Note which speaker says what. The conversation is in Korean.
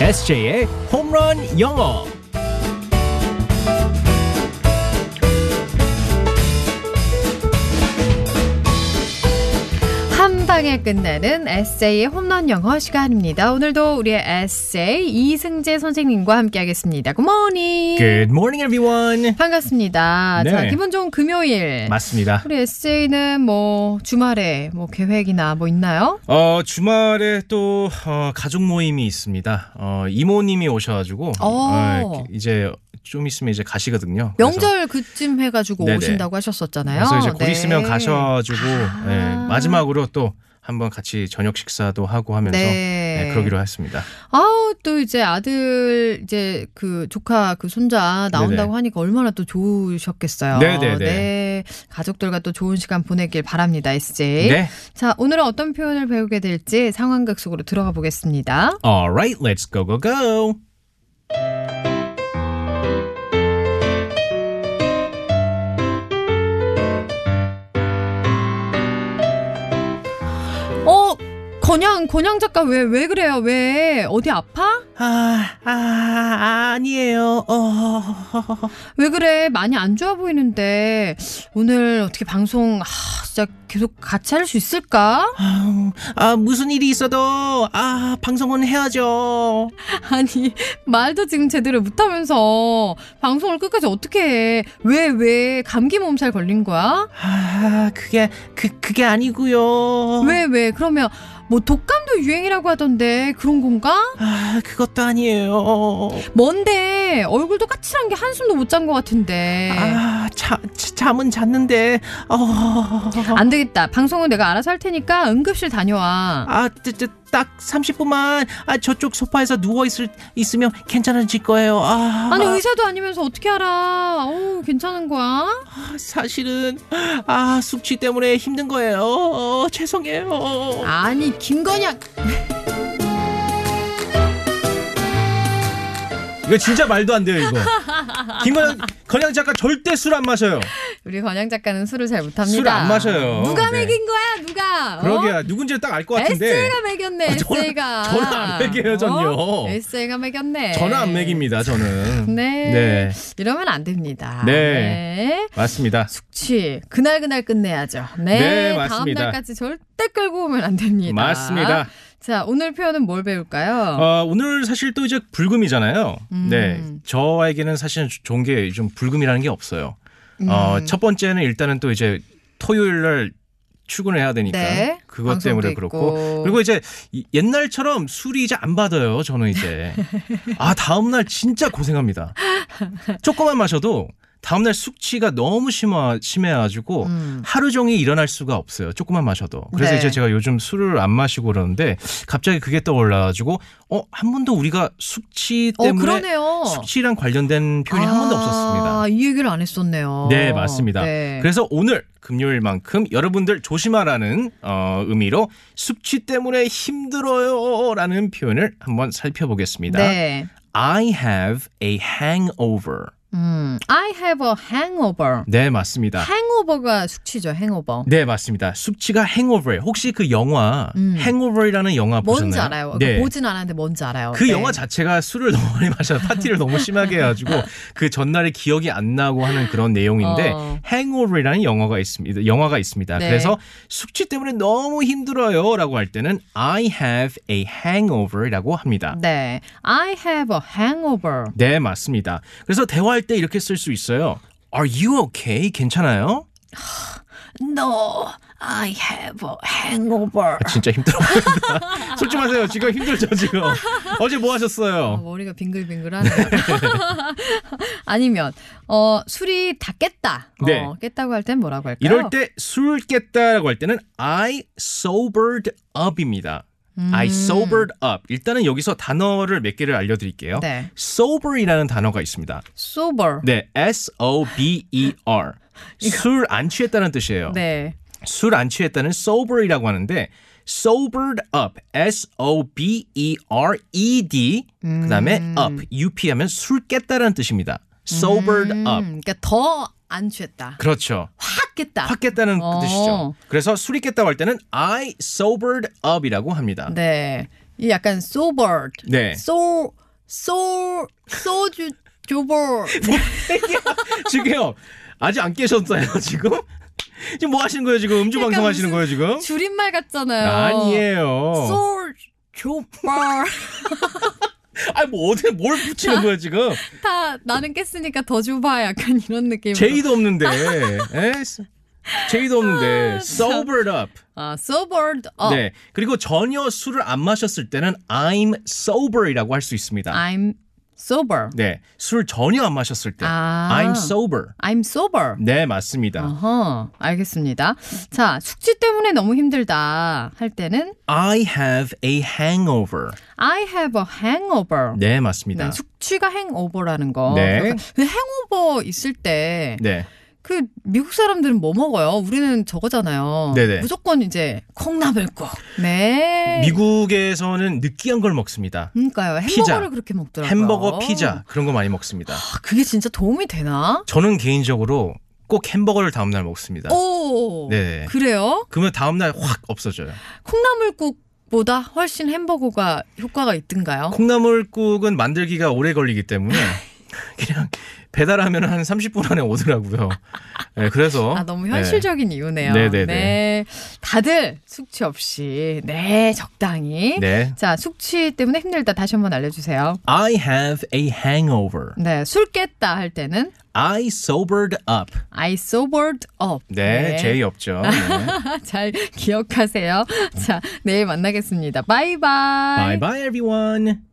Speaker 1: SJ의 홈런 영어.
Speaker 2: 한 방에 끝내는 에세이의 홈런 영어 시간입니다. 오늘도 우리의 에세이 이승재 선생님과 함께하겠습니다. 굿모닝.
Speaker 1: Good morning, everyone.
Speaker 2: 반갑습니다.
Speaker 1: 네.
Speaker 2: 자, 기분 좋은 금요일.
Speaker 1: 맞습니다.
Speaker 2: 우리 에세이는 뭐 주말에 뭐 계획이나 뭐 있나요?
Speaker 3: 어, 주말에 또 어, 가족 모임이 있습니다. 어, 이모님이 오셔가지고
Speaker 2: 오.
Speaker 3: 어, 이제 좀 있으면 이제 가시거든요. 그래서-
Speaker 2: 명절 그쯤 해가지고
Speaker 3: 네네.
Speaker 2: 오신다고 하셨었잖아요.
Speaker 3: 그래서 이제 곧
Speaker 2: 네.
Speaker 3: 있으면 가셔가지고
Speaker 2: 아.
Speaker 3: 예, 마지막으로 또 한번 같이 저녁 식사도 하고 하면서
Speaker 2: 네.
Speaker 3: 예, 그러기로 했습니다.
Speaker 2: 아우 또 이제 아들 이제 그 조카 그 손자
Speaker 3: 네네.
Speaker 2: 나온다고 하니까 얼마나 또 좋으셨겠어요.
Speaker 3: 네네네.
Speaker 2: 네. 가족들과 또 좋은 시간 보내길 바랍니다, SJ.
Speaker 3: 네.
Speaker 2: 자, 오늘은 어떤 표현을 배우게 될지 상황극 속으로 들어가 보겠습니다.
Speaker 3: Alright, let's go go go.
Speaker 2: 어, 건양 건양 작가 왜 왜 그래요? 왜 어디 아파?
Speaker 1: 아, 아 아니에요. 어,
Speaker 2: 왜 그래? 많이 안 좋아 보이는데 오늘 어떻게 방송 아, 진짜 계속 같이 할 수 있을까?
Speaker 1: 아우, 아 무슨 일이 있어도 아 방송은 해야죠.
Speaker 2: 아니 말도 지금 제대로 못하면서 방송을 끝까지 어떻게 해? 왜 왜 감기 몸살 걸린 거야?
Speaker 1: 아 그게 그 그게
Speaker 3: 어.
Speaker 1: 아니고요.
Speaker 2: 왜 왜? 그러면 뭐 독감도 유행이라고 하던데 그런 건가?
Speaker 1: 아 그것도 아니에요.
Speaker 2: 네. 뭔데 얼굴도 까칠한 게 한숨도 못 잔 것 같은데
Speaker 1: 아 자, 자- 잠은 잤는데 어.
Speaker 2: 안 되겠다 방송은 내가 알아서 할 테니까 응급실 다녀와
Speaker 1: 아, 뜨- 뜨- 딱 30분만 아, 저쪽 소파에서 누워 있을 있으면 괜찮아질 거예요. 아,
Speaker 2: 아니 의사도 아니면서 어떻게 알아? 어 괜찮은 거야?
Speaker 1: 아, 사실은 아 숙취 때문에 힘든 거예요. 어, 죄송해요.
Speaker 3: 어.
Speaker 2: 아니 김건양
Speaker 3: 이거 진짜 말도 안 돼요, 이거. 김건 건양 작가 절대 술 안 마셔요.
Speaker 2: 우리 건양 작가는 술을 잘 못합니다.
Speaker 3: 술안 마셔요.
Speaker 2: 누가
Speaker 3: 네.
Speaker 2: 먹인 거야 누가? 어?
Speaker 3: 그러게요. 누군지 딱 알 것 같은데.
Speaker 2: 에세이가 매겼네.
Speaker 3: 아, 저는-
Speaker 2: 에세이가. 어?
Speaker 3: 저는 안 매겨요, 전요.
Speaker 2: 에세이가 매겼네.
Speaker 3: 저는 안 먹입니다, 저는.
Speaker 2: 네.
Speaker 3: 네.
Speaker 2: 이러면 안 됩니다.
Speaker 3: 네.
Speaker 2: 네.
Speaker 3: 맞습니다.
Speaker 2: 숙취 그날 그날 끝내야죠. 네.
Speaker 3: 네,
Speaker 2: 다음
Speaker 3: 맞습니다.
Speaker 2: 날까지 절대 끌고 오면 안 됩니다.
Speaker 3: 맞습니다.
Speaker 2: 자 오늘 표현은 뭘 배울까요?
Speaker 3: 어, 오늘 사실 또 이제 불금이잖아요.
Speaker 2: 음.
Speaker 3: 네. 저에게는 사실은 좋은 게 좀 불금이라는 게 없어요. 어,
Speaker 2: 음.
Speaker 3: 첫 번째는 일단은 또 이제 토요일 날 출근을 해야 되니까
Speaker 2: 네.
Speaker 3: 그것
Speaker 2: 방송도
Speaker 3: 때문에 그렇고 그리고 이제 이- 옛날처럼 술이 이제 안 받아요. 저는 이제 아 다음 날 진짜 고생합니다. 조금만 마셔도 다음 날 숙취가 너무 심하 심해가지고
Speaker 2: 음.
Speaker 3: 하루 종일 일어날 수가 없어요. 조금만 마셔도. 그래서
Speaker 2: 네.
Speaker 3: 이제 제가 요즘 술을 안 마시고 그러는데 갑자기 그게 떠올라가지고 어 한 번도 우리가 숙취
Speaker 2: 어
Speaker 3: 때문에
Speaker 2: 그러네요.
Speaker 3: 숙취랑 관련된 표현이 한 번도
Speaker 2: 아,
Speaker 3: 없었습니다.
Speaker 2: 이 얘기를 안 했었네요.
Speaker 3: 네, 맞습니다.
Speaker 2: 네.
Speaker 3: 그래서 오늘 금요일만큼 여러분들 조심하라는 어, 의미로 숙취 때문에 힘들어요라는 표현을 한번 살펴보겠습니다.
Speaker 2: 네.
Speaker 3: I have a hangover.
Speaker 2: 음, I have a hangover.
Speaker 3: 네, 맞습니다.
Speaker 2: 행오버가 숙취죠, 행오버.
Speaker 3: 네, 맞습니다. 숙취가 hangover예요. 혹시 그 영화
Speaker 2: 음.
Speaker 3: hangover이라는 영화 보셨나요?
Speaker 2: 뭔지 알아요. 그러니까
Speaker 3: 네.
Speaker 2: 보진 않았는데 뭔지 알아요.
Speaker 3: 그
Speaker 2: 네.
Speaker 3: 영화 자체가 술을 너무 많이 마셔서 파티를 너무 심하게 해가지고 그 전날에 기억이 안 나고 하는 그런 내용인데
Speaker 2: 어.
Speaker 3: Hangover이라는 영화가 있습니다. 영화가 있습니다.
Speaker 2: 네.
Speaker 3: 그래서 숙취 때문에 너무 힘들어요라고 할 때는 I have a hangover라고 합니다.
Speaker 2: 네. I have a hangover.
Speaker 3: 네 맞습니다. 그래서 대화할 때 이렇게 쓸 수 있어요. Are you okay? 괜찮아요?
Speaker 2: No, I have a hangover.
Speaker 3: 아, 진짜 힘들어 보인다. 솔직히 말하세요. 지금 힘들죠 지금. 어제 뭐
Speaker 2: 어,
Speaker 3: 하셨어요?
Speaker 2: 머리가 빙글빙글하네요. 아니면 어, 술이 다 깼다. 어,
Speaker 3: 네.
Speaker 2: 깼다고 할 땐 뭐라고 할까요?
Speaker 3: 이럴 때 술 깼다라고 할 때는 I sobered up입니다.
Speaker 2: 음.
Speaker 3: I sobered up. 일단은 여기서 단어를 몇 개를 알려드릴게요.
Speaker 2: 네.
Speaker 3: sober이라는 단어가 있습니다.
Speaker 2: sober.
Speaker 3: 네, S O B E R. 술 안 취했다는 뜻이에요.
Speaker 2: 네.
Speaker 3: 술 안 취했다는 sober이라고 하는데 sobered up, S O B E R E D. 그다음에 up, U P 하면 술 깼다라는 뜻입니다. sobered up.
Speaker 2: 음, 그러니까 더 안 취했다.
Speaker 3: 그렇죠.
Speaker 2: 확 깼다.
Speaker 3: 확 깼다는
Speaker 2: 어.
Speaker 3: 뜻이죠. 그래서 술이 깼다고 할 때는 I sobered up이라고 합니다.
Speaker 2: 네. 이 약간 sobered.
Speaker 3: 네.
Speaker 2: so so so 주 조벌.
Speaker 3: 지금요. 아직 안 깨셨어요, 지금? 지금 뭐 하시는 거예요, 지금? 음주
Speaker 2: 약간
Speaker 3: 방송 하시는
Speaker 2: 그러니까 무슨 어.
Speaker 3: 거예요, 지금?
Speaker 2: 줄임말 같잖아요.
Speaker 3: 아니에요.
Speaker 2: so 조벌.
Speaker 3: 아니, 뭐, 어디, 뭘 붙이는 거예요, 지금?
Speaker 2: 다 나는 깼으니까 더 줘봐. 약간 이런 느낌.
Speaker 3: 제의도 없는데. 에? 제의도 없는데. sobered up.
Speaker 2: 아 sobered up.
Speaker 3: 네. 그리고 전혀 술을 안 마셨을 때는 I'm sober이라고 할 수 있습니다.
Speaker 2: I'm sober.
Speaker 3: 네. 술 전혀 안 마셨을 때.
Speaker 2: 아.
Speaker 3: I'm sober.
Speaker 2: I'm sober.
Speaker 3: 네, 맞습니다.
Speaker 2: 어허, 알겠습니다. 자, 숙취 때문에 너무 힘들다 할 때는
Speaker 3: I have a hangover.
Speaker 2: I have a hangover.
Speaker 3: 네, 맞습니다.
Speaker 2: 네, 숙취가 행오버라는 거.
Speaker 3: 네.
Speaker 2: 그러니까 근데 행오버 있을 때 그
Speaker 3: 네.
Speaker 2: 미국 사람들은 뭐 먹어요? 우리는 저거잖아요.
Speaker 3: 네네.
Speaker 2: 무조건 이제 콩나물국. 네.
Speaker 3: 미국에서는 느끼한 걸 먹습니다.
Speaker 2: 그러니까요. 햄버거를
Speaker 3: 피자.
Speaker 2: 그렇게 먹더라고요.
Speaker 3: 햄버거, 피자 그런 거 많이 먹습니다.
Speaker 2: 아, 그게 진짜 도움이 되나?
Speaker 3: 저는 개인적으로 꼭 햄버거를 다음 날 먹습니다.
Speaker 2: 어? 오.
Speaker 3: 네.
Speaker 2: 그래요?
Speaker 3: 그러면 다음 날 확 없어져요.
Speaker 2: 콩나물국보다 훨씬 햄버거가 효과가 있던가요?
Speaker 3: 콩나물국은 만들기가 오래 걸리기 때문에 그냥 배달하면 한 30분 안에 오더라고요. 네, 그래서
Speaker 2: 아, 너무
Speaker 3: 네.
Speaker 2: 현실적인 이유네요.
Speaker 3: 네네네.
Speaker 2: 네. 다들 숙취 없이, 네, 적당히.
Speaker 3: 네.
Speaker 2: 자, 숙취 때문에 힘들다. 다시 한번 알려주세요.
Speaker 3: I have a hangover.
Speaker 2: 네, 술 깼다 할 때는
Speaker 3: I sobered up.
Speaker 2: I sobered up.
Speaker 3: 네, 제의 없죠. 네.
Speaker 2: 잘 기억하세요. 자, 내일 만나겠습니다.
Speaker 3: bye
Speaker 2: 바이바이.
Speaker 3: bye everyone.